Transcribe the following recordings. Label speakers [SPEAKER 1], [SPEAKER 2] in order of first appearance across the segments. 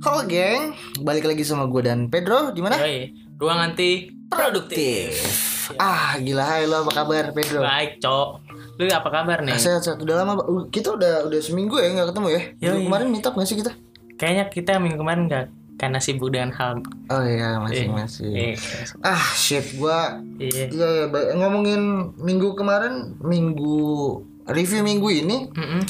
[SPEAKER 1] Halo geng, balik lagi sama gue dan Pedro di mana?
[SPEAKER 2] Yoi, ruang anti produktif.
[SPEAKER 1] Ah gila, hai lo apa kabar Pedro? Ah,
[SPEAKER 2] Baik, Cok. Lu apa kabar nih?
[SPEAKER 1] Sehat sehat udah lama Pak. Uh, kita udah udah seminggu ya nggak ketemu ya.
[SPEAKER 2] Iya,
[SPEAKER 1] Dulu
[SPEAKER 2] iya.
[SPEAKER 1] kemarin meet up nggak sih kita?
[SPEAKER 2] Kayaknya kita minggu kemarin nggak karena sibuk dengan hal.
[SPEAKER 1] Oh iya masih
[SPEAKER 2] Iya.
[SPEAKER 1] masih.
[SPEAKER 2] Iya.
[SPEAKER 1] Ah shit gua
[SPEAKER 2] Iya.
[SPEAKER 1] iya, iya, ba- ngomongin minggu kemarin minggu review minggu ini
[SPEAKER 2] Mm-mm.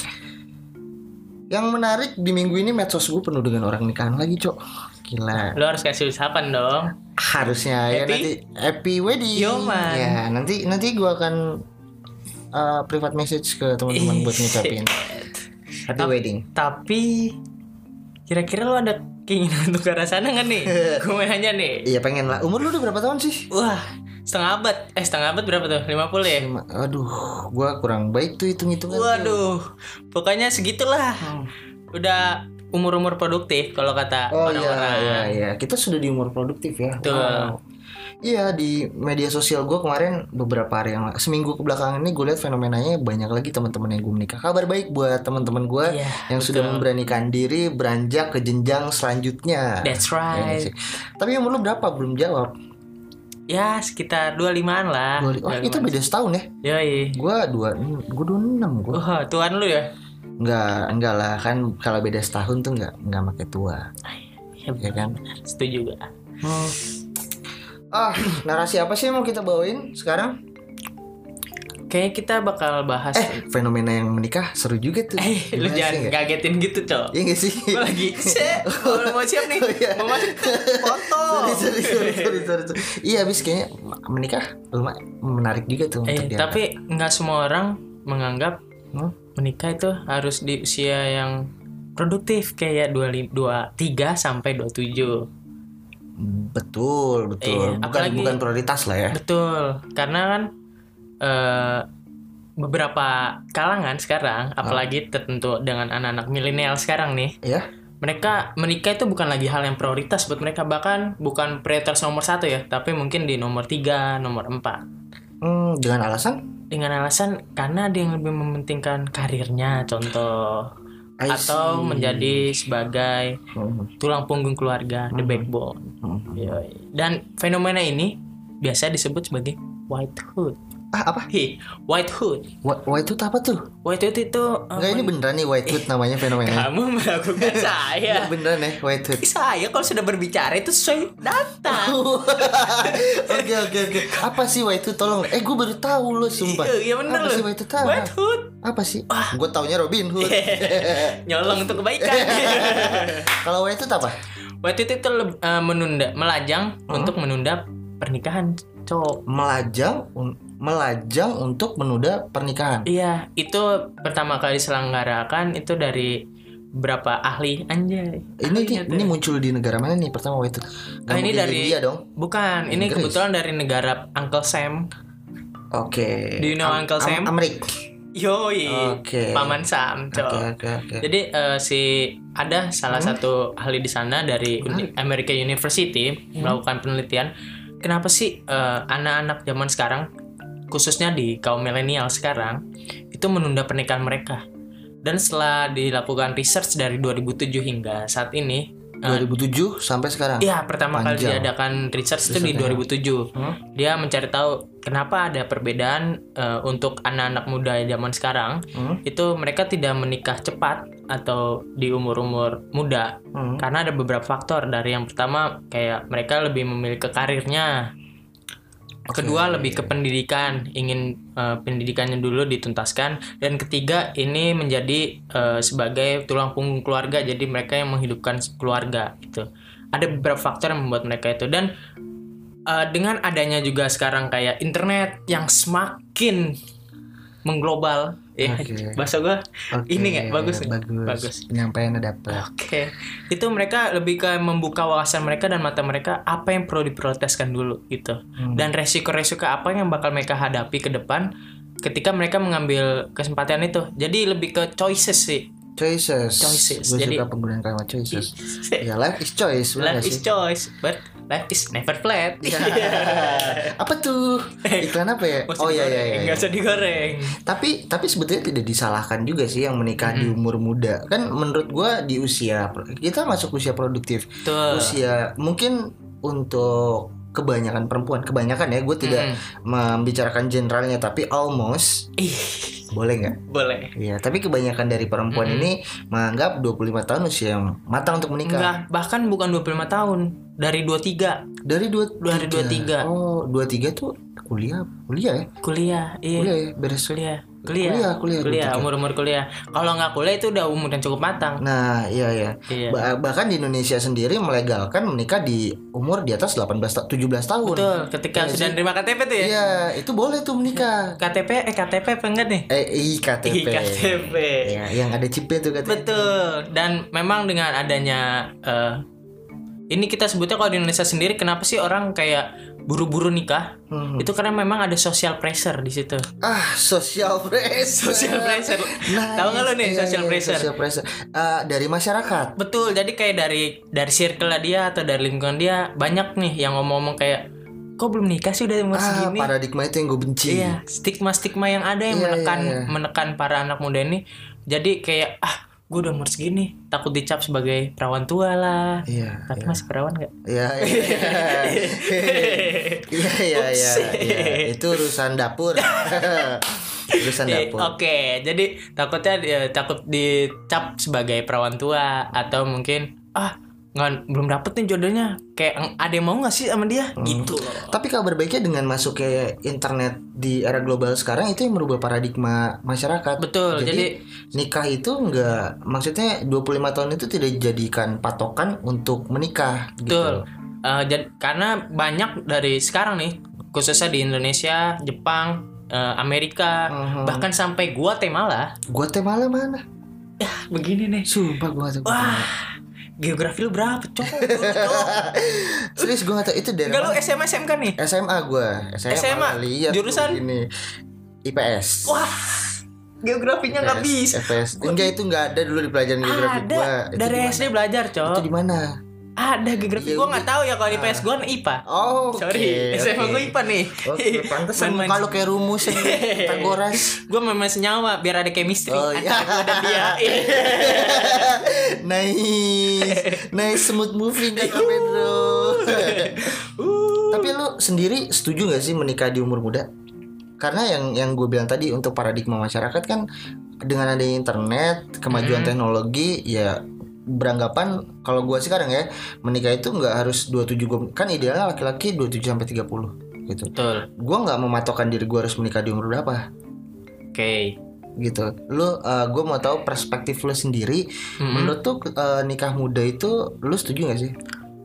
[SPEAKER 1] yang menarik di minggu ini medsos gue penuh dengan orang nikahan lagi cok gila
[SPEAKER 2] Lu harus kasih usapan dong.
[SPEAKER 1] harusnya ya
[SPEAKER 2] Happy?
[SPEAKER 1] nanti happy wedding
[SPEAKER 2] Yoman.
[SPEAKER 1] ya nanti nanti gua akan uh, private message ke teman-teman buat ngucapin happy wedding
[SPEAKER 2] Tapi kira-kira lu ada keinginan untuk ke arah sana nggak nih? Gue mau nanya nih.
[SPEAKER 1] Iya pengen lah umur lu udah berapa tahun sih
[SPEAKER 2] Wah, setengah abad. Eh, setengah abad berapa tuh? 50 ya?
[SPEAKER 1] Lima- aduh gua kurang baik tuh hitung hitungan
[SPEAKER 2] Waduh. Pokoknya segitulah.
[SPEAKER 1] Hmm.
[SPEAKER 2] Udah umur-umur produktif kalau kata
[SPEAKER 1] Oh iya,
[SPEAKER 2] orang-orang.
[SPEAKER 1] iya, iya. Kita sudah di umur produktif ya.
[SPEAKER 2] Betul.
[SPEAKER 1] Iya di media sosial gue kemarin beberapa hari yang seminggu kebelakangan ini gue lihat fenomenanya banyak lagi teman-teman yang gue menikah. Kabar baik buat teman-teman gue
[SPEAKER 2] Iya,
[SPEAKER 1] yang
[SPEAKER 2] betul.
[SPEAKER 1] sudah memberanikan diri beranjak ke jenjang selanjutnya.
[SPEAKER 2] That's
[SPEAKER 1] Iya
[SPEAKER 2] right.
[SPEAKER 1] sih. Tapi umur lu berapa belum jawab?
[SPEAKER 2] Ya sekitar 25an lah
[SPEAKER 1] Gua- Wah itu beda setahun ya.
[SPEAKER 2] Yoi
[SPEAKER 1] Gue dua, gue dua enam gue.
[SPEAKER 2] Wah tuan lu ya
[SPEAKER 1] Enggak, enggak lah kan kalau beda setahun tuh enggak enggak pakai tua,
[SPEAKER 2] Ya
[SPEAKER 1] ya kan?
[SPEAKER 2] setuju gue
[SPEAKER 1] Hmm. Ah, narasi apa sih yang mau kita bawain sekarang?
[SPEAKER 2] Kayaknya kita bakal bahas
[SPEAKER 1] Eh, fenomena yang menikah seru juga tuh.
[SPEAKER 2] Eh
[SPEAKER 1] Gimana
[SPEAKER 2] lu
[SPEAKER 1] sih,
[SPEAKER 2] jangan
[SPEAKER 1] nggak?
[SPEAKER 2] ngagetin gitu cok
[SPEAKER 1] Iya nggak sih?
[SPEAKER 2] Gue lagi Set Mau mau siap nih
[SPEAKER 1] Oh, iya.
[SPEAKER 2] Mau masuk Foto Eh,
[SPEAKER 1] sorry, sorry, sorry, sorry, sorry, sorry. Iya, abis kayaknya menikah lumayan menarik juga tuh
[SPEAKER 2] Eh
[SPEAKER 1] untuk dia.
[SPEAKER 2] tapi nggak semua orang menganggap
[SPEAKER 1] Hmm?
[SPEAKER 2] Menikah itu harus di usia yang produktif kayak 25, 23 sampai 27
[SPEAKER 1] Betul, betul.
[SPEAKER 2] Iya,
[SPEAKER 1] bukan
[SPEAKER 2] apalagi-
[SPEAKER 1] bukan prioritas lah ya.
[SPEAKER 2] Betul, karena kan eh, beberapa kalangan sekarang,
[SPEAKER 1] Ah.
[SPEAKER 2] apalagi tertentu dengan anak-anak milenial sekarang nih,
[SPEAKER 1] Ya,
[SPEAKER 2] mereka menikah itu bukan lagi hal yang prioritas buat mereka, bahkan bukan prioritas nomor satu ya, tapi mungkin di nomor tiga, nomor empat.
[SPEAKER 1] hmm, dengan alasan
[SPEAKER 2] Dengan alasan karena ada yang lebih mementingkan karirnya, contoh,
[SPEAKER 1] I
[SPEAKER 2] atau
[SPEAKER 1] see.
[SPEAKER 2] menjadi sebagai
[SPEAKER 1] Hmm,
[SPEAKER 2] tulang punggung keluarga, the backbone.
[SPEAKER 1] hmm.
[SPEAKER 2] Yoi. Dan fenomena ini biasa disebut sebagai white hood.
[SPEAKER 1] Ah, apa?
[SPEAKER 2] Hi, White Hood.
[SPEAKER 1] Wa- White hood apa tuh?
[SPEAKER 2] White Hood itu eh,
[SPEAKER 1] Enggak ini beneran nih white hood namanya fenomena.
[SPEAKER 2] kamu melakukan
[SPEAKER 1] Iya,
[SPEAKER 2] saya.
[SPEAKER 1] beneran ya white hood.
[SPEAKER 2] saya kalau sudah berbicara itu sesuai data.
[SPEAKER 1] Oke oke oke. Apa sih white hood tolong? Eh gue baru tahu loh sumpah.
[SPEAKER 2] Iya, iya bener
[SPEAKER 1] Apa
[SPEAKER 2] loh.
[SPEAKER 1] sih white hood? Tahu.
[SPEAKER 2] White Iya. Hood
[SPEAKER 1] Apa sih? Gue taunya Robin Hood.
[SPEAKER 2] nyolong untuk kebaikan.
[SPEAKER 1] Kalau white hood apa?
[SPEAKER 2] White Hood itu leb- eh, menunda, melajang
[SPEAKER 1] Hmm?
[SPEAKER 2] untuk menunda pernikahan cowok.
[SPEAKER 1] Melajang un- melajang untuk menunda pernikahan.
[SPEAKER 2] Iya, itu pertama kali diselenggarakan itu dari berapa ahli
[SPEAKER 1] Ini
[SPEAKER 2] anjay.
[SPEAKER 1] ini,
[SPEAKER 2] Ahlinya tuh.
[SPEAKER 1] ini muncul di negara mana nih pertama white hood? Gak
[SPEAKER 2] Ah, Iya, ini
[SPEAKER 1] mungkin
[SPEAKER 2] dari-
[SPEAKER 1] India dong.
[SPEAKER 2] bukan, ini
[SPEAKER 1] Inggris.
[SPEAKER 2] kebetulan dari negara Uncle Sam.
[SPEAKER 1] Oke.
[SPEAKER 2] Do you know
[SPEAKER 1] Am-
[SPEAKER 2] Uncle
[SPEAKER 1] Am-
[SPEAKER 2] Sam?
[SPEAKER 1] Amerik.
[SPEAKER 2] Yoi.
[SPEAKER 1] Oke.
[SPEAKER 2] Paman Sam,
[SPEAKER 1] Oke
[SPEAKER 2] cowok.
[SPEAKER 1] oke oke.
[SPEAKER 2] Jadi eh, si ada salah satu ahli di sana dari Uni- Amerika University melakukan penelitian kenapa sih eh, anak-anak zaman sekarang khususnya di kaum milenial sekarang itu menunda pernikahan mereka. Dan setelah dilakukan research dari 2007 hingga saat ini, eh,
[SPEAKER 1] 2007 sampai sekarang.
[SPEAKER 2] ya pertama kali
[SPEAKER 1] Panjang.
[SPEAKER 2] diadakan research itu di
[SPEAKER 1] Risetnya.
[SPEAKER 2] 2007.
[SPEAKER 1] Hmm?
[SPEAKER 2] Dia mencari tahu kenapa ada perbedaan eh, untuk anak-anak muda zaman sekarang
[SPEAKER 1] Hmm?
[SPEAKER 2] itu mereka tidak menikah cepat atau di umur-umur muda
[SPEAKER 1] Hmm?
[SPEAKER 2] karena ada beberapa faktor dari yang pertama kayak mereka lebih memilih ke karirnya
[SPEAKER 1] Oke.
[SPEAKER 2] kedua lebih ke pendidikan ingin eh, pendidikannya dulu dituntaskan dan ketiga ini menjadi eh, sebagai tulang punggung keluarga jadi mereka yang menghidupkan keluarga gitu ada beberapa faktor yang membuat mereka itu dan eh, dengan adanya juga sekarang kayak internet yang semakin mengglobal ya
[SPEAKER 1] Oke.
[SPEAKER 2] bahasa gua
[SPEAKER 1] Oke,
[SPEAKER 2] ini nggak? Bagus nggak?
[SPEAKER 1] Bagus.
[SPEAKER 2] Bagus. Ah.
[SPEAKER 1] Penyampaiannya dapet.
[SPEAKER 2] Oke, itu mereka lebih ke membuka wawasan mereka dan mata mereka apa yang perlu diprioritaskan dulu gitu,
[SPEAKER 1] Hmm.
[SPEAKER 2] dan resiko-resiko apa yang bakal mereka hadapi ke depan ketika mereka mengambil kesempatan itu. Jadi lebih ke choices sih.
[SPEAKER 1] Choices.
[SPEAKER 2] Choices.
[SPEAKER 1] Gue
[SPEAKER 2] Jadi-
[SPEAKER 1] suka penggunaan kalimat choices. ya life is choice. bener
[SPEAKER 2] Life
[SPEAKER 1] nggak
[SPEAKER 2] is
[SPEAKER 1] sih? Iya.
[SPEAKER 2] choice, but life is never flat.
[SPEAKER 1] apa tuh iklan apa ya oh iya iya iya
[SPEAKER 2] Enggak usah digoreng.
[SPEAKER 1] tapi tapi sebetulnya tidak disalahkan juga sih yang menikah di umur muda kan menurut gua di usia kita masuk usia produktif
[SPEAKER 2] Betul.
[SPEAKER 1] usia ya, mungkin untuk kebanyakan perempuan kebanyakan ya gue tidak
[SPEAKER 2] Mm.
[SPEAKER 1] membicarakan generalnya tapi almost
[SPEAKER 2] Ih,
[SPEAKER 1] boleh nggak
[SPEAKER 2] boleh.
[SPEAKER 1] Iya, tapi kebanyakan dari perempuan
[SPEAKER 2] Mm-mm.
[SPEAKER 1] ini menganggap 25 tahun usia yang matang untuk menikah.
[SPEAKER 2] Enggak, bahkan bukan 25 tahun, dari 23
[SPEAKER 1] Dari dua
[SPEAKER 2] Dari 23.
[SPEAKER 1] Oh, 23 tuh kuliah, kuliah ya?
[SPEAKER 2] kuliah. Iya,
[SPEAKER 1] Kuliah ya, beres kuliah.
[SPEAKER 2] kuliah. Kuliah.
[SPEAKER 1] Kuliah, kuliah,
[SPEAKER 2] Kuliah,
[SPEAKER 1] 23.
[SPEAKER 2] umur-umur kuliah. Kalau nggak kuliah itu udah umur yang cukup matang.
[SPEAKER 1] Nah, iya ya.
[SPEAKER 2] Iya.
[SPEAKER 1] Ba- bahkan di Indonesia sendiri melegalkan menikah di umur di atas 18 ta- 17 tahun.
[SPEAKER 2] Betul, ketika
[SPEAKER 1] Iya
[SPEAKER 2] sudah
[SPEAKER 1] sih.
[SPEAKER 2] nerima KTP tuh ya.
[SPEAKER 1] Iya, itu boleh tuh menikah.
[SPEAKER 2] KTP eh KTP apa enggak nih?
[SPEAKER 1] Eh, IKTP.
[SPEAKER 2] IKTP.
[SPEAKER 1] Iya, yang ada chipnya tuh katanya.
[SPEAKER 2] Betul. Dan memang dengan adanya eh, ini kita sebutnya kalau di Indonesia sendiri kenapa sih orang kayak buru-buru nikah?
[SPEAKER 1] Hmm.
[SPEAKER 2] Itu karena memang ada social pressure di situ.
[SPEAKER 1] Ah, social pressure.
[SPEAKER 2] Social pressure. Tahu nggak lo nih
[SPEAKER 1] Iya,
[SPEAKER 2] social
[SPEAKER 1] iya,
[SPEAKER 2] pressure?
[SPEAKER 1] Social pressure. Eh, dari masyarakat.
[SPEAKER 2] Betul. Jadi kayak dari dari circle dia atau dari lingkungan dia banyak nih yang ngomong-ngomong kayak kok belum nikah sih udah umur
[SPEAKER 1] ah,
[SPEAKER 2] segini?
[SPEAKER 1] paradigma itu yang gue benci.
[SPEAKER 2] Iya, stigma-stigma yang ada yang
[SPEAKER 1] Iya,
[SPEAKER 2] menekan
[SPEAKER 1] iya, iya.
[SPEAKER 2] menekan para anak muda ini. Jadi kayak ah, gue udah umur segini, takut dicap sebagai perawan tua lah.
[SPEAKER 1] Iya.
[SPEAKER 2] Tapi masih perawan gak?
[SPEAKER 1] Iya. Iya. Iya. Iya. Iya. iya. Itu urusan dapur. urusan
[SPEAKER 2] Di- Iya, Oke,
[SPEAKER 1] dapur.
[SPEAKER 2] jadi takutnya eh, takut dicap sebagai perawan tua atau mungkin ah nggak belum dapet nih jodohnya kayak "Eng, ada yang mau nggak sih sama dia
[SPEAKER 1] Hmm.
[SPEAKER 2] gitu loh.
[SPEAKER 1] Tapi kabar baiknya dengan masuknya internet di era global sekarang itu yang merubah paradigma masyarakat.
[SPEAKER 2] Betul. Jadi,
[SPEAKER 1] nikah itu enggak maksudnya 25 tahun itu tidak dijadikan patokan untuk menikah
[SPEAKER 2] betul.
[SPEAKER 1] gitu.
[SPEAKER 2] Eh, jad- karena banyak dari sekarang nih khususnya di Indonesia, Jepang, eh, Amerika,
[SPEAKER 1] Mhm.
[SPEAKER 2] bahkan sampai Guatemala.
[SPEAKER 1] Gua teh malam mana?
[SPEAKER 2] Begini nih.
[SPEAKER 1] Sumpah gua teh.
[SPEAKER 2] Wah, geografi lu berapa, Cok?
[SPEAKER 1] Serius gua nggak tahu itu dari
[SPEAKER 2] Enggak lu SMA SMK nih.
[SPEAKER 1] SMA gue SMA,
[SPEAKER 2] SMA?
[SPEAKER 1] lihat
[SPEAKER 2] Jurusan?
[SPEAKER 1] ini IPS
[SPEAKER 2] Wah, geografinya nggak
[SPEAKER 1] IPS,
[SPEAKER 2] bisa. Ah,
[SPEAKER 1] IPS enggak itu nggak ada dulu di pelajaran geografi
[SPEAKER 2] Ada
[SPEAKER 1] gue
[SPEAKER 2] dari SD belajar,
[SPEAKER 1] itu
[SPEAKER 2] Cok.
[SPEAKER 1] di mana
[SPEAKER 2] Ada geografi
[SPEAKER 1] Iya,
[SPEAKER 2] gua
[SPEAKER 1] gua-
[SPEAKER 2] nggak tahu ya kalau di PS gua IPA.
[SPEAKER 1] oh
[SPEAKER 2] Sorry, SMA gua IPA nih.
[SPEAKER 1] Oke, pantesan
[SPEAKER 2] Main-main-
[SPEAKER 1] kalau kayak rumus yang Pitagoras.
[SPEAKER 2] Gua memang senyawa biar ada chemistry Iya.
[SPEAKER 1] Oh, iya.
[SPEAKER 2] antara gua dan dia.
[SPEAKER 1] nice, nice smooth moving kan Kak Pedro.
[SPEAKER 2] Uh,
[SPEAKER 1] Tapi lu sendiri setuju gak sih menikah di umur muda? Karena yang yang gue bilang tadi untuk paradigma masyarakat kan dengan adanya internet, kemajuan
[SPEAKER 2] Mhm.
[SPEAKER 1] teknologi ya beranggapan kalau gue sekarang ya menikah itu nggak harus 27 gua, kan idealnya laki-laki 27 sampai 30 gitu.
[SPEAKER 2] Betul.
[SPEAKER 1] Gue nggak mematokkan diri gue harus menikah di umur berapa
[SPEAKER 2] Oke.
[SPEAKER 1] gitu. Lu gue mau tahu perspektif lu sendiri.
[SPEAKER 2] Mm-mm.
[SPEAKER 1] Menurut tuh eh, nikah muda itu lu setuju gak sih?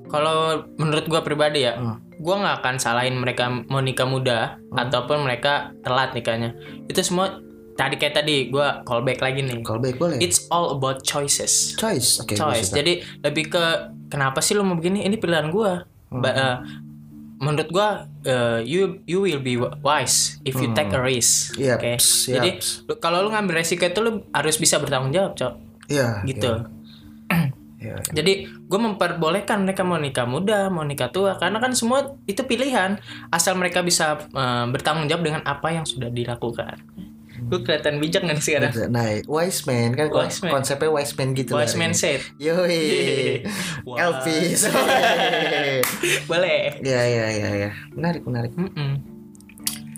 [SPEAKER 2] Kalau menurut gua pribadi ya,
[SPEAKER 1] Hmm.
[SPEAKER 2] gua nggak akan salahin mereka mau nikah muda ataupun mereka telat nikahnya. Itu semua tadi kayak tadi gua callback lagi nih.
[SPEAKER 1] Kalau baik boleh.
[SPEAKER 2] It's all about choices.
[SPEAKER 1] choice. Oke. gua
[SPEAKER 2] choice.
[SPEAKER 1] suka.
[SPEAKER 2] Jadi lebih ke kenapa sih lu mau begini? Ini pilihan gua.
[SPEAKER 1] Hmm.
[SPEAKER 2] Ba- eh, menurut gua eh, you you will be wise if you take a
[SPEAKER 1] Hmm.
[SPEAKER 2] risk.
[SPEAKER 1] Yaps,
[SPEAKER 2] Oke.
[SPEAKER 1] yaps.
[SPEAKER 2] Jadi lu- kalau lu ngambil resiko itu lu harus bisa bertanggung jawab, Cok.
[SPEAKER 1] Iya.
[SPEAKER 2] Gitu.
[SPEAKER 1] Iya. iya.
[SPEAKER 2] Jadi gue memperbolehkan mereka mau nikah muda, mau nikah tua, karena kan semua itu pilihan, asal mereka bisa eh, bertanggung jawab dengan apa yang sudah dilakukan. Gue kelihatan bijak nggak nih sekarang?
[SPEAKER 1] Nah, wise man kan kon-
[SPEAKER 2] Wise man.
[SPEAKER 1] konsepnya wise man gitu larinya.
[SPEAKER 2] Wise man said.
[SPEAKER 1] Yoi.
[SPEAKER 2] Wah.
[SPEAKER 1] Elvis.
[SPEAKER 2] Boleh.
[SPEAKER 1] ya ya ya ya. Menarik menarik.
[SPEAKER 2] Mm-mm.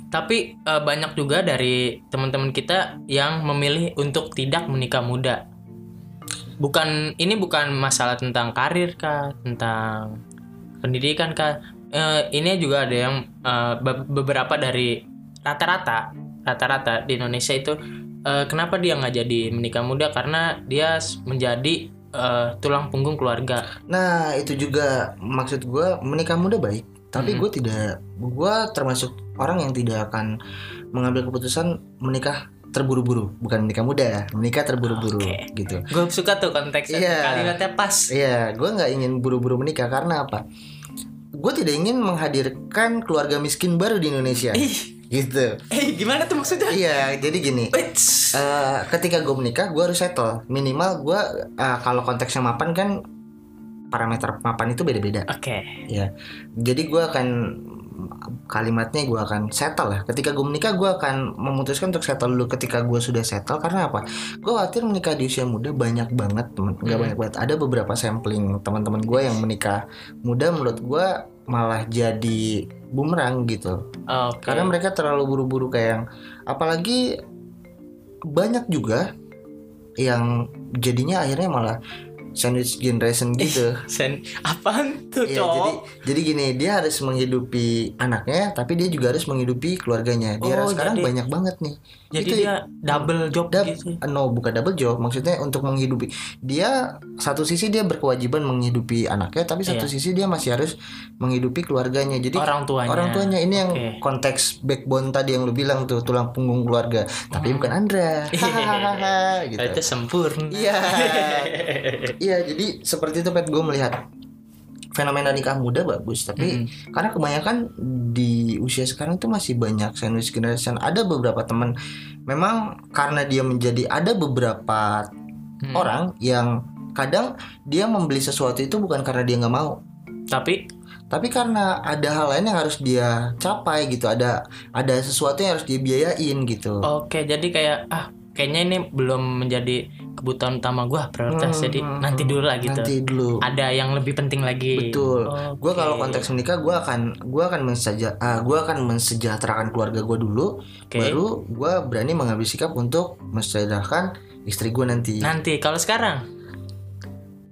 [SPEAKER 2] Tapi eh, banyak juga dari teman-teman kita yang memilih untuk tidak menikah muda. Bukan ini bukan masalah tentang karir kah, tentang pendidikan kah. Eh, ini juga ada yang eh, be- beberapa dari rata-rata rata-rata di Indonesia itu eh, kenapa dia nggak jadi menikah muda karena dia s- menjadi eh, tulang punggung keluarga.
[SPEAKER 1] Nah, itu juga maksud gua menikah muda baik, tapi
[SPEAKER 2] Mhm.
[SPEAKER 1] gua tidak gua termasuk orang yang tidak akan mengambil keputusan menikah terburu-buru, bukan menikah muda, menikah terburu-buru
[SPEAKER 2] Oke.
[SPEAKER 1] gitu.
[SPEAKER 2] Gue suka tuh konteksnya
[SPEAKER 1] Iya.
[SPEAKER 2] kalimatnya pas.
[SPEAKER 1] Iya, gue nggak ingin buru-buru menikah karena apa? Gue tidak ingin menghadirkan keluarga miskin baru di Indonesia.
[SPEAKER 2] Ih,
[SPEAKER 1] gitu.
[SPEAKER 2] eh gimana tuh maksudnya?
[SPEAKER 1] Iya, jadi gini.
[SPEAKER 2] Eits.
[SPEAKER 1] eh, ketika gue menikah, gue harus settle. Minimal gue eh, kalau konteksnya mapan kan parameter mapan itu beda-beda.
[SPEAKER 2] Oke.
[SPEAKER 1] Ya. Jadi gua akan kalimatnya gua akan settle lah. Ketika gue menikah gua akan memutuskan untuk settle dulu ketika gua sudah settle karena apa? Gua khawatir menikah di usia muda banyak banget temen nggak
[SPEAKER 2] Hmm.
[SPEAKER 1] banyak banget. Ada beberapa sampling teman-teman gua yang menikah muda menurut gua malah jadi bumerang gitu.
[SPEAKER 2] Oke.
[SPEAKER 1] Karena mereka terlalu buru-buru kayak yang apalagi banyak juga yang jadinya akhirnya malah sandwich generation gitu.
[SPEAKER 2] Sen, apaan tuh,
[SPEAKER 1] Iya,
[SPEAKER 2] cowok?
[SPEAKER 1] jadi jadi gini, dia harus menghidupi anaknya tapi dia juga harus menghidupi keluarganya. Dia
[SPEAKER 2] Oh,
[SPEAKER 1] sekarang
[SPEAKER 2] jadi-
[SPEAKER 1] banyak banget nih.
[SPEAKER 2] Jadi
[SPEAKER 1] itu
[SPEAKER 2] dia double job
[SPEAKER 1] dab-
[SPEAKER 2] gitu.
[SPEAKER 1] No, bukan double job, maksudnya untuk menghidupi. Dia satu sisi dia berkewajiban menghidupi anaknya tapi satu
[SPEAKER 2] Iya.
[SPEAKER 1] sisi dia masih harus menghidupi keluarganya. Jadi
[SPEAKER 2] orang tuanya.
[SPEAKER 1] Orang tuanya ini yang
[SPEAKER 2] Oke.
[SPEAKER 1] konteks backbone tadi yang lu bilang tuh tulang punggung keluarga,
[SPEAKER 2] Hmm.
[SPEAKER 1] tapi bukan Andra. Hahaha
[SPEAKER 2] Nah, Itu
[SPEAKER 1] gitu.
[SPEAKER 2] sempurna.
[SPEAKER 1] Iya. Iya, jadi seperti itu Pet gue melihat fenomena nikah muda bagus, tapi
[SPEAKER 2] Mm-mm.
[SPEAKER 1] karena kebanyakan di usia sekarang tuh masih banyak sandwich generation. Ada beberapa teman memang karena dia menjadi ada beberapa
[SPEAKER 2] Hmm.
[SPEAKER 1] orang yang kadang dia membeli sesuatu itu bukan karena dia nggak mau
[SPEAKER 2] Tapi
[SPEAKER 1] tapi karena ada hal lain yang harus dia capai gitu ada ada sesuatu yang harus dia biayain gitu
[SPEAKER 2] oke, jadi kayak ah kayaknya ini belum menjadi kebutuhan utama gua
[SPEAKER 1] Hmm,
[SPEAKER 2] prioritas. Oh, jadi
[SPEAKER 1] hmm,
[SPEAKER 2] nanti
[SPEAKER 1] hmm.
[SPEAKER 2] dulu lah gitu.
[SPEAKER 1] nanti dulu
[SPEAKER 2] Ada yang lebih penting lagi.
[SPEAKER 1] Betul.
[SPEAKER 2] Oke.
[SPEAKER 1] gue kalau konteks menikah gue akan gue akan menseja ah, gua akan mensejahterakan keluarga gue dulu
[SPEAKER 2] Oke.
[SPEAKER 1] baru gue berani mengambil sikap untuk mensejahterakan istri gue nanti
[SPEAKER 2] Nanti kalau sekarang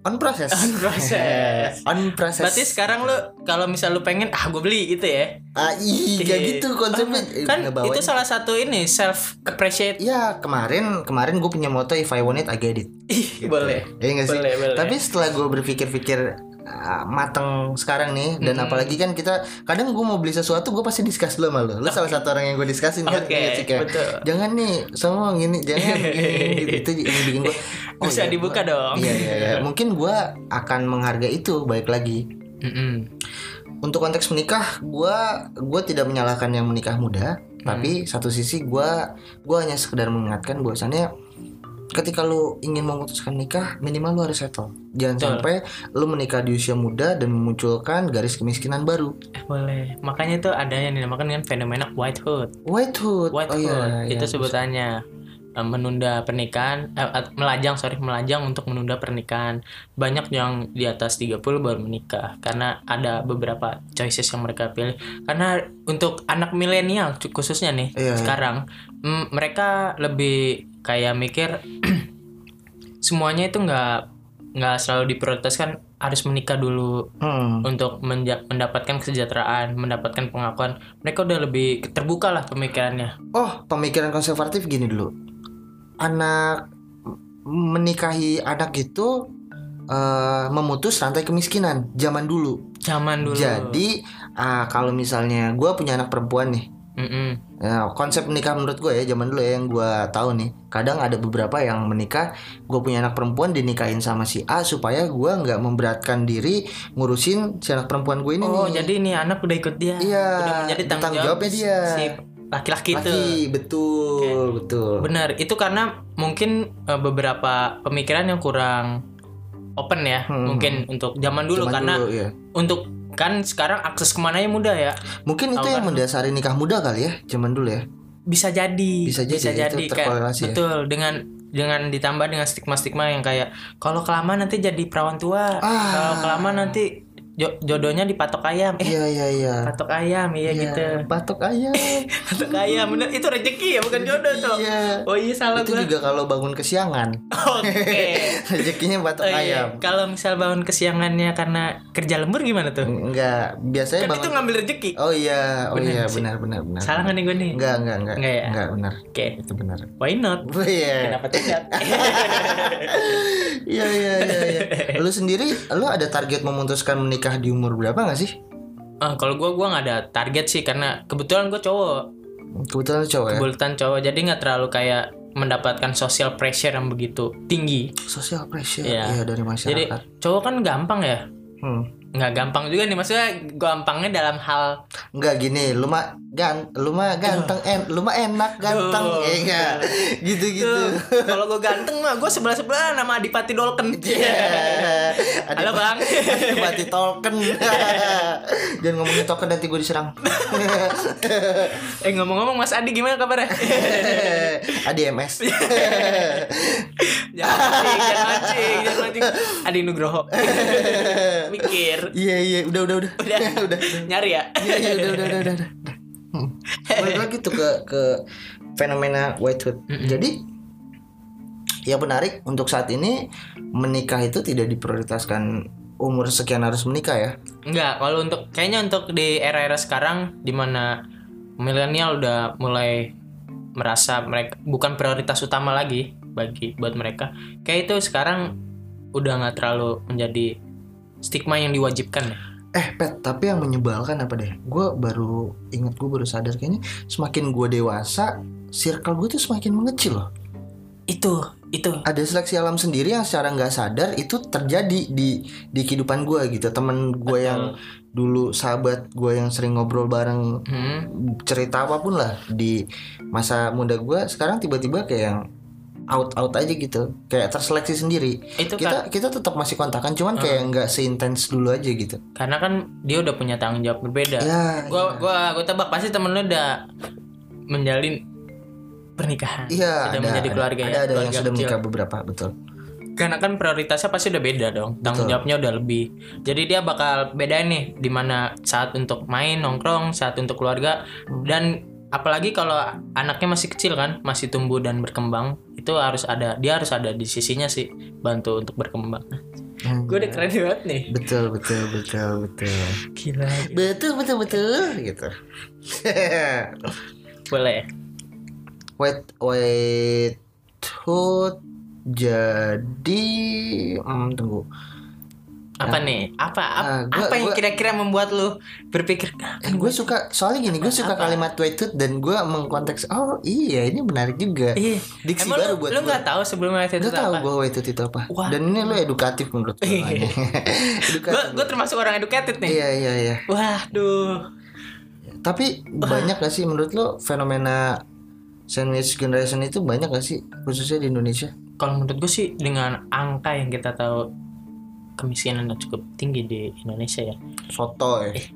[SPEAKER 1] on process
[SPEAKER 2] Nah. On process.
[SPEAKER 1] on process
[SPEAKER 2] berarti sekarang lu kalau misal lu pengen ah gue beli gitu ya.
[SPEAKER 1] ah iya gitu konsepnya Eh,
[SPEAKER 2] Kan
[SPEAKER 1] ngebawain.
[SPEAKER 2] itu salah satu ini self appreciate.
[SPEAKER 1] Ya kemarin kemarin gue punya moto if I want it I get it.
[SPEAKER 2] Ih, boleh.
[SPEAKER 1] Iya nggak sih?
[SPEAKER 2] Boleh, boleh.
[SPEAKER 1] Tapi setelah gue berpikir-pikir uh, mateng sekarang nih dan
[SPEAKER 2] Mm-mm.
[SPEAKER 1] apalagi kan kita kadang gue mau beli sesuatu gue pasti discuss dulu sama lo. Lo salah satu orang yang gue discussin kan?
[SPEAKER 2] Oke,
[SPEAKER 1] Iya sih, kayak,
[SPEAKER 2] betul.
[SPEAKER 1] Jangan nih semua gini jangan gini, gitu itu yang bikin gue.
[SPEAKER 2] Bisa dibuka dong.
[SPEAKER 1] Oh, Iya iya iya. Mungkin gue akan menghargai itu baik lagi.
[SPEAKER 2] Mm-mm.
[SPEAKER 1] Untuk konteks menikah gue gue tidak menyalahkan yang menikah muda.
[SPEAKER 2] Hmm.
[SPEAKER 1] Tapi satu sisi gue gue hanya sekedar mengingatkan bahwasannya ketika lu ingin memutuskan nikah minimal lu harus settle jangan
[SPEAKER 2] Betul.
[SPEAKER 1] sampai lu menikah di usia muda dan memunculkan garis kemiskinan baru
[SPEAKER 2] Eh, boleh. Makanya itu ada yang dinamakan dengan fenomena white hood.
[SPEAKER 1] white hood
[SPEAKER 2] White
[SPEAKER 1] oh
[SPEAKER 2] hood
[SPEAKER 1] iya,
[SPEAKER 2] itu
[SPEAKER 1] iya.
[SPEAKER 2] sebutannya eh, menunda pernikahan eh, at- melajang sorry melajang untuk menunda pernikahan banyak yang di atas 30 baru menikah karena ada beberapa choices yang mereka pilih karena untuk anak milenial cu- khususnya nih
[SPEAKER 1] Iya, iya.
[SPEAKER 2] sekarang mm, mereka lebih kayak mikir semuanya itu nggak nggak selalu diprioritaskan harus menikah dulu
[SPEAKER 1] Hmm,
[SPEAKER 2] untuk menja- mendapatkan kesejahteraan, mendapatkan pengakuan, mereka udah lebih terbuka lah pemikirannya.
[SPEAKER 1] oh pemikiran konservatif gini dulu anak menikahi anak itu eh, memutus rantai kemiskinan zaman dulu,
[SPEAKER 2] Zaman dulu.
[SPEAKER 1] jadi ah, kalau misalnya gue punya anak perempuan nih
[SPEAKER 2] Mm-mm.
[SPEAKER 1] Nah, konsep menikah menurut gue ya zaman dulu ya yang gue tahu nih kadang ada beberapa yang menikah gue punya anak perempuan dinikahin sama si A supaya gue nggak memberatkan diri ngurusin si anak perempuan gue ini
[SPEAKER 2] oh,
[SPEAKER 1] nih.
[SPEAKER 2] jadi ini anak udah ikut dia.
[SPEAKER 1] Iya,
[SPEAKER 2] Udah menjadi tanggung,
[SPEAKER 1] tanggung jawabnya dia.
[SPEAKER 2] si laki-laki itu.
[SPEAKER 1] laki betul betul
[SPEAKER 2] Benar, itu karena mungkin eh, beberapa pemikiran yang kurang open ya,
[SPEAKER 1] Hmm.
[SPEAKER 2] mungkin untuk zaman dulu
[SPEAKER 1] Zaman
[SPEAKER 2] karena
[SPEAKER 1] dulu, ya.
[SPEAKER 2] untuk kan sekarang akses kemana ya mudah ya.
[SPEAKER 1] mungkin itu
[SPEAKER 2] Tahu
[SPEAKER 1] yang
[SPEAKER 2] kan?
[SPEAKER 1] mendasari nikah muda kali ya zaman dulu ya
[SPEAKER 2] bisa jadi
[SPEAKER 1] Bisa jadi, itu
[SPEAKER 2] kayak-
[SPEAKER 1] terkorelasi ya.
[SPEAKER 2] betul dengan dengan ditambah dengan stigma-stigma yang kayak kalau kelamaan nanti jadi perawan tua
[SPEAKER 1] Ah.
[SPEAKER 2] kalau kelamaan nanti jo- jodohnya dipatok ayam eh
[SPEAKER 1] iya iya iya
[SPEAKER 2] patok ayam iya
[SPEAKER 1] Iya,
[SPEAKER 2] gitu
[SPEAKER 1] batok ayam
[SPEAKER 2] patok ayam bener itu rezeki ya bukan jodoh tuh
[SPEAKER 1] iya
[SPEAKER 2] oh iya salah
[SPEAKER 1] itu
[SPEAKER 2] gua
[SPEAKER 1] juga kalau bangun kesiangan
[SPEAKER 2] oke
[SPEAKER 1] rezekinya batok
[SPEAKER 2] Oh iya.
[SPEAKER 1] ayam
[SPEAKER 2] kalau misal bangun kesiangannya karena kerja lembur gimana tuh
[SPEAKER 1] enggak biasanya
[SPEAKER 2] kan itu
[SPEAKER 1] bangun
[SPEAKER 2] ngambil rezeki
[SPEAKER 1] Oh iya, oh
[SPEAKER 2] Benar
[SPEAKER 1] iya,
[SPEAKER 2] nggak sih?
[SPEAKER 1] benar, benar, benar.
[SPEAKER 2] salah nggak nih gue nih
[SPEAKER 1] Enggak, enggak, enggak.
[SPEAKER 2] Enggak ya?
[SPEAKER 1] benar.
[SPEAKER 2] oke
[SPEAKER 1] Itu benar.
[SPEAKER 2] why not
[SPEAKER 1] Oh, Iya.
[SPEAKER 2] kenapa tidak
[SPEAKER 1] Iya, iya, iya, iya. Lu sendiri lu ada target memutuskan menikah di umur berapa nggak sih?
[SPEAKER 2] Ah, kalau gue gue nggak ada target sih karena kebetulan gue cowok
[SPEAKER 1] Kebetulan lu cowok ya.
[SPEAKER 2] kebetulan cowok jadi nggak terlalu kayak mendapatkan social pressure yang begitu tinggi
[SPEAKER 1] Social pressure
[SPEAKER 2] Iya.
[SPEAKER 1] iya dari masyarakat.
[SPEAKER 2] jadi cowok kan gampang ya
[SPEAKER 1] hmm.
[SPEAKER 2] nggak gampang juga nih maksudnya gampangnya dalam hal
[SPEAKER 1] Enggak gini, lu mah gan, lu mah ganteng, en, lu mah enak ganteng,
[SPEAKER 2] Duh.
[SPEAKER 1] ya enggak, gitu-gitu.
[SPEAKER 2] Tuh, gitu. kalau gue ganteng mah gue sebelah sebelah nama Adipati Dolken
[SPEAKER 1] Yeah.
[SPEAKER 2] halo bang
[SPEAKER 1] Mati token. Jangan ngomongin token nanti gue diserang.
[SPEAKER 2] eh ngomong-ngomong Mas Adi gimana kabarnya
[SPEAKER 1] ADMS.
[SPEAKER 2] jangan mancing jangan mancing jangan mancing Adi Nugroho mikir
[SPEAKER 1] Iya iya udah udah udah.
[SPEAKER 2] udah
[SPEAKER 1] udah.
[SPEAKER 2] nyari ya
[SPEAKER 1] Iya iya udah udah udah udah. udah. Hmm. Balik lagi tuh ke ke fenomena white hood. Jadi yang menarik untuk saat ini menikah itu tidak diprioritaskan umur sekian harus menikah ya.
[SPEAKER 2] Enggak, kalau untuk kayaknya untuk di era-era sekarang di mana milenial udah mulai merasa mereka bukan prioritas utama lagi bagi buat mereka. Kayak itu sekarang udah nggak terlalu menjadi stigma yang diwajibkan ya.
[SPEAKER 1] Eh Pet, tapi yang menyebalkan apa deh? Gue baru ingat gue baru sadar kayaknya semakin gue dewasa, circle gue tuh semakin mengecil loh.
[SPEAKER 2] Itu, itu.
[SPEAKER 1] Ada seleksi alam sendiri yang secara nggak sadar itu terjadi di di kehidupan gue gitu. Temen gue yang dulu sahabat gue yang sering ngobrol bareng
[SPEAKER 2] Hmm.
[SPEAKER 1] cerita apapun lah di masa muda gue sekarang tiba-tiba kayak yang out out aja gitu kayak terseleksi sendiri
[SPEAKER 2] Itu kan Ah.
[SPEAKER 1] kita kita tetap masih kontakan cuman kayak nggak seintens dulu aja gitu
[SPEAKER 2] karena kan dia udah punya tanggung jawab berbeda.
[SPEAKER 1] ya
[SPEAKER 2] Gua gua gua tebak pasti temen lu udah menjalin pernikahan.
[SPEAKER 1] Iya,
[SPEAKER 2] Sudah
[SPEAKER 1] ada,
[SPEAKER 2] menjadi keluarga
[SPEAKER 1] ada,
[SPEAKER 2] ya,
[SPEAKER 1] ada yang
[SPEAKER 2] keluarga
[SPEAKER 1] sudah
[SPEAKER 2] kecil.
[SPEAKER 1] menikah beberapa, betul.
[SPEAKER 2] karena kan prioritasnya pasti udah beda dong tanggung jawabnya udah lebih jadi dia bakal beda nih dimana saat untuk main nongkrong saat untuk keluarga
[SPEAKER 1] Hmm.
[SPEAKER 2] dan apalagi kalau anaknya masih kecil kan masih tumbuh dan berkembang itu harus ada dia harus ada di sisinya sih bantu untuk berkembang
[SPEAKER 1] Hmm.
[SPEAKER 2] gue udah keren banget nih
[SPEAKER 1] Betul, betul, betul, betul.
[SPEAKER 2] gila
[SPEAKER 1] Betul, betul, betul gitu.
[SPEAKER 2] boleh ya?
[SPEAKER 1] white white hood jadi hmm, tunggu.
[SPEAKER 2] apa nih apa ap-
[SPEAKER 1] Ah, gua-
[SPEAKER 2] apa yang
[SPEAKER 1] gua-
[SPEAKER 2] kira-kira membuat lu berpikir "Ah,
[SPEAKER 1] Eh, gue suka soalnya gini, gue suka kalimat white hood dan gue mengkonteks oh iya ini menarik juga. Eh,
[SPEAKER 2] iya
[SPEAKER 1] Diksi
[SPEAKER 2] emang
[SPEAKER 1] baru
[SPEAKER 2] lu,
[SPEAKER 1] buat
[SPEAKER 2] lu
[SPEAKER 1] gua.
[SPEAKER 2] nggak tahu sebelumnya
[SPEAKER 1] Gak
[SPEAKER 2] itu apa
[SPEAKER 1] tahu gue white hood itu apa.
[SPEAKER 2] Wah.
[SPEAKER 1] Dan ini lo edukatif menurut gue.
[SPEAKER 2] gue
[SPEAKER 1] edukatif.
[SPEAKER 2] termasuk orang educated nih
[SPEAKER 1] Iya iya iya.
[SPEAKER 2] waduh
[SPEAKER 1] Tapi banyak gak sih menurut lo fenomena sandwich generation itu banyak gak sih khususnya di Indonesia?
[SPEAKER 2] kalau menurut gue sih dengan angka yang kita tahu kemiskinan yang cukup tinggi di Indonesia ya
[SPEAKER 1] Sotoy.
[SPEAKER 2] Eh.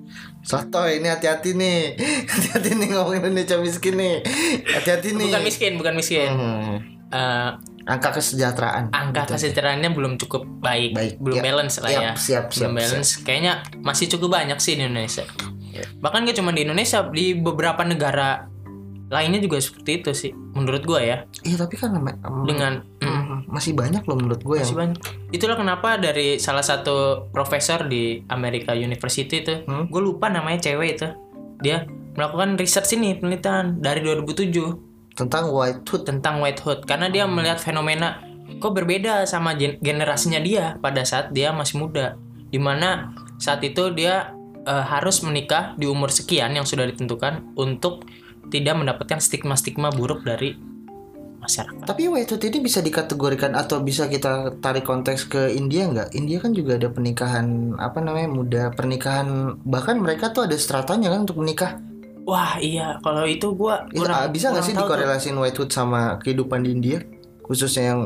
[SPEAKER 1] Sotoy ini hati-hati nih. Hati-hati nih ngomong Indonesia miskin nih. Hati-hati nih.
[SPEAKER 2] bukan miskin bukan miskin
[SPEAKER 1] Hmm.
[SPEAKER 2] Eh,
[SPEAKER 1] Angka kesejahteraan.
[SPEAKER 2] angka kesejahteraannya belum cukup baik,
[SPEAKER 1] Baik.
[SPEAKER 2] belum
[SPEAKER 1] Ya,
[SPEAKER 2] balance lah
[SPEAKER 1] Siap,
[SPEAKER 2] ya
[SPEAKER 1] siap, siap.
[SPEAKER 2] belum balance kayaknya masih cukup banyak sih di Indonesia bahkan gak cuma di Indonesia di beberapa negara lainnya juga seperti itu sih menurut gue ya
[SPEAKER 1] Iya, tapi kan em,
[SPEAKER 2] dengan mm,
[SPEAKER 1] em, hmm, masih banyak loh menurut gue yang
[SPEAKER 2] masih banyak itulah kenapa dari salah satu profesor di Amerika University itu
[SPEAKER 1] Hmm?
[SPEAKER 2] gue lupa namanya cewek itu dia melakukan riset ini penelitian dari 2007
[SPEAKER 1] tentang white hood.
[SPEAKER 2] tentang white hood karena dia
[SPEAKER 1] Hmm.
[SPEAKER 2] melihat fenomena kok berbeda sama gen- generasinya dia pada saat dia masih muda dimana saat itu dia eh, harus menikah di umur sekian yang sudah ditentukan untuk tidak mendapatkan stigma-stigma buruk dari masyarakat
[SPEAKER 1] Tapi white hood ini bisa dikategorikan atau bisa kita tarik konteks ke India nggak? India kan juga ada pernikahan apa namanya muda pernikahan bahkan mereka tuh ada stratanya kan untuk menikah.
[SPEAKER 2] wah iya kalau itu gue
[SPEAKER 1] Itu, ah, bisa nggak sih dikorelasiin white hood sama kehidupan di India khususnya yang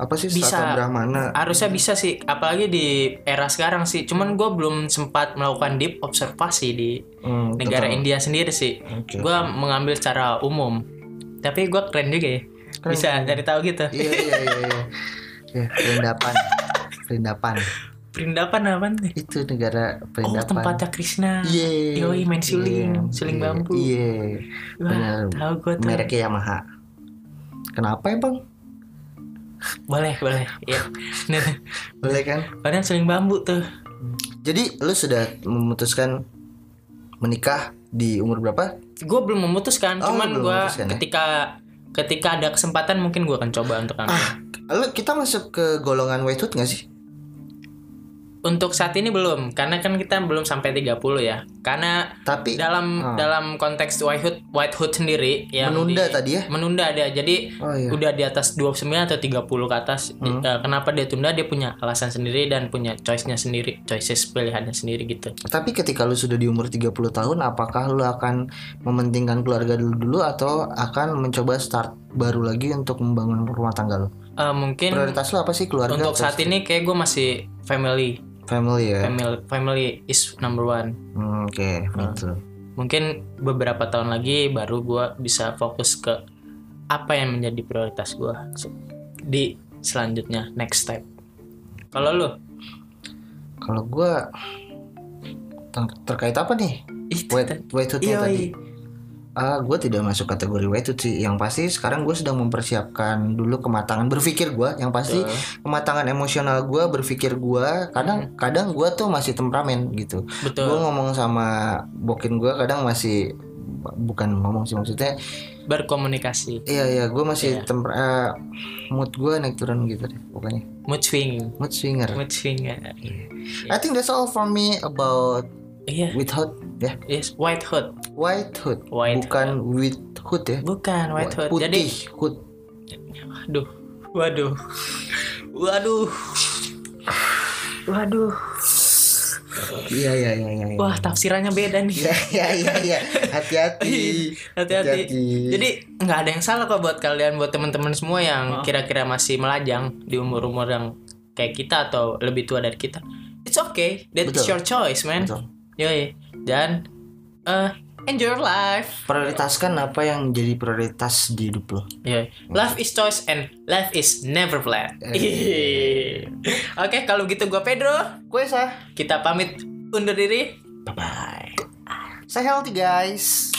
[SPEAKER 1] apa sih
[SPEAKER 2] Bisa.
[SPEAKER 1] strata Brahmana?
[SPEAKER 2] harusnya bisa sih apalagi di era sekarang sih cuman gue belum sempat melakukan deep observasi di
[SPEAKER 1] Hmm,
[SPEAKER 2] negara
[SPEAKER 1] tentang-
[SPEAKER 2] India sendiri sih
[SPEAKER 1] Oke.
[SPEAKER 2] gue mengambil secara umum tapi gue keren juga ya
[SPEAKER 1] Keren.
[SPEAKER 2] bisa dari tahu gitu
[SPEAKER 1] Iya iya iya. iya. Ya, perindapan. perindapan.
[SPEAKER 2] perindapan apa nih
[SPEAKER 1] Itu negara
[SPEAKER 2] oh
[SPEAKER 1] perindapan. Iya.
[SPEAKER 2] tempatnya Krishna
[SPEAKER 1] Yeay.
[SPEAKER 2] Yoi, main
[SPEAKER 1] Iya,
[SPEAKER 2] suling,
[SPEAKER 1] iya,
[SPEAKER 2] suling bambu.
[SPEAKER 1] Iya. benar.
[SPEAKER 2] wah tahu gue tuh
[SPEAKER 1] Mereknya Yamaha. Kenapa ya, emang?
[SPEAKER 2] boleh boleh ya Bener.
[SPEAKER 1] Boleh kan?
[SPEAKER 2] padahal suling bambu tuh
[SPEAKER 1] Jadi lu sudah memutuskan menikah di umur berapa?
[SPEAKER 2] gue belum memutuskan
[SPEAKER 1] Oh,
[SPEAKER 2] cuman
[SPEAKER 1] belum
[SPEAKER 2] gue
[SPEAKER 1] memutuskan ya.
[SPEAKER 2] ketika ketika ada kesempatan mungkin
[SPEAKER 1] Ah.
[SPEAKER 2] gue akan coba untuk ambil
[SPEAKER 1] Lu kita masuk ke golongan white hood gak sih?
[SPEAKER 2] untuk saat ini belum karena kan kita belum sampai 30 ya. Karena
[SPEAKER 1] Tapi
[SPEAKER 2] dalam
[SPEAKER 1] Ah.
[SPEAKER 2] dalam konteks White Hood White Hood sendiri yang
[SPEAKER 1] menunda
[SPEAKER 2] di-
[SPEAKER 1] tadi ya.
[SPEAKER 2] menunda dia. Jadi
[SPEAKER 1] Oh iya. Hmm.
[SPEAKER 2] udah di atas 29 atau 30 ke atas di- eh, kenapa dia tunda dia punya alasan sendiri dan punya choice-nya sendiri, choices pilihannya sendiri gitu.
[SPEAKER 1] Tapi ketika lu sudah di umur 30 tahun, apakah lu akan mementingkan keluarga dulu dulu atau akan mencoba start baru lagi untuk membangun rumah tangga lu?
[SPEAKER 2] Eh, mungkin
[SPEAKER 1] Prioritas lu apa sih keluarga?
[SPEAKER 2] untuk
[SPEAKER 1] atau
[SPEAKER 2] saat ini kayak gue masih family
[SPEAKER 1] family ya.
[SPEAKER 2] family family is number one
[SPEAKER 1] Hmm, Oke, gitu.
[SPEAKER 2] mungkin beberapa tahun lagi baru gue bisa fokus ke apa yang menjadi prioritas gue di selanjutnya next step kalau lu
[SPEAKER 1] Kalau gua ter- terkait apa nih?
[SPEAKER 2] itu
[SPEAKER 1] Wait, wait
[SPEAKER 2] Iya,
[SPEAKER 1] tadi. Ah, gue tidak masuk kategori wait sih. Yang pasti sekarang gue sedang mempersiapkan dulu kematangan berpikir gua Yang pasti kematangan emosional gua berpikir gua Kadang, kadang gue tuh masih temperamen gitu.
[SPEAKER 2] Hmm. betul
[SPEAKER 1] gue ngomong sama bokin gue kadang masih bu- bukan ngomong sih maksudnya
[SPEAKER 2] berkomunikasi
[SPEAKER 1] iya iya gue masih
[SPEAKER 2] Iya.
[SPEAKER 1] temper eh, mood gue naik turun gitu deh pokoknya
[SPEAKER 2] mood swing
[SPEAKER 1] mood swinger
[SPEAKER 2] mood swing ya.
[SPEAKER 1] Hmm. I think that's all for me about
[SPEAKER 2] iya
[SPEAKER 1] with hood ya
[SPEAKER 2] yes white hood
[SPEAKER 1] white hood
[SPEAKER 2] white
[SPEAKER 1] bukan with hood ya
[SPEAKER 2] bukan white hood
[SPEAKER 1] putih
[SPEAKER 2] jadi
[SPEAKER 1] hood
[SPEAKER 2] Aduh, waduh, waduh, waduh,
[SPEAKER 1] iya iya iya iya iya.
[SPEAKER 2] wah tafsirannya beda nih.
[SPEAKER 1] iya iya iya iya hati-hati
[SPEAKER 2] Hati-hati. Jadi nggak ada yang salah kok buat kalian, buat teman-teman semua yang kira-kira masih melajang di umur-umur yang kayak kita atau lebih tua dari kita. It's okay, that's
[SPEAKER 1] Betul.
[SPEAKER 2] your choice, man.
[SPEAKER 1] Betul.
[SPEAKER 2] Yoi. Dan eh enjoy your life.
[SPEAKER 1] prioritaskan apa yang jadi prioritas di hidup lo
[SPEAKER 2] Yoi. Life is choice and life is never flat.
[SPEAKER 1] Eh.
[SPEAKER 2] Oke, kalau gitu gua Pedro.
[SPEAKER 1] gue sah
[SPEAKER 2] Kita pamit undur diri.
[SPEAKER 1] bye bye stay healthy guys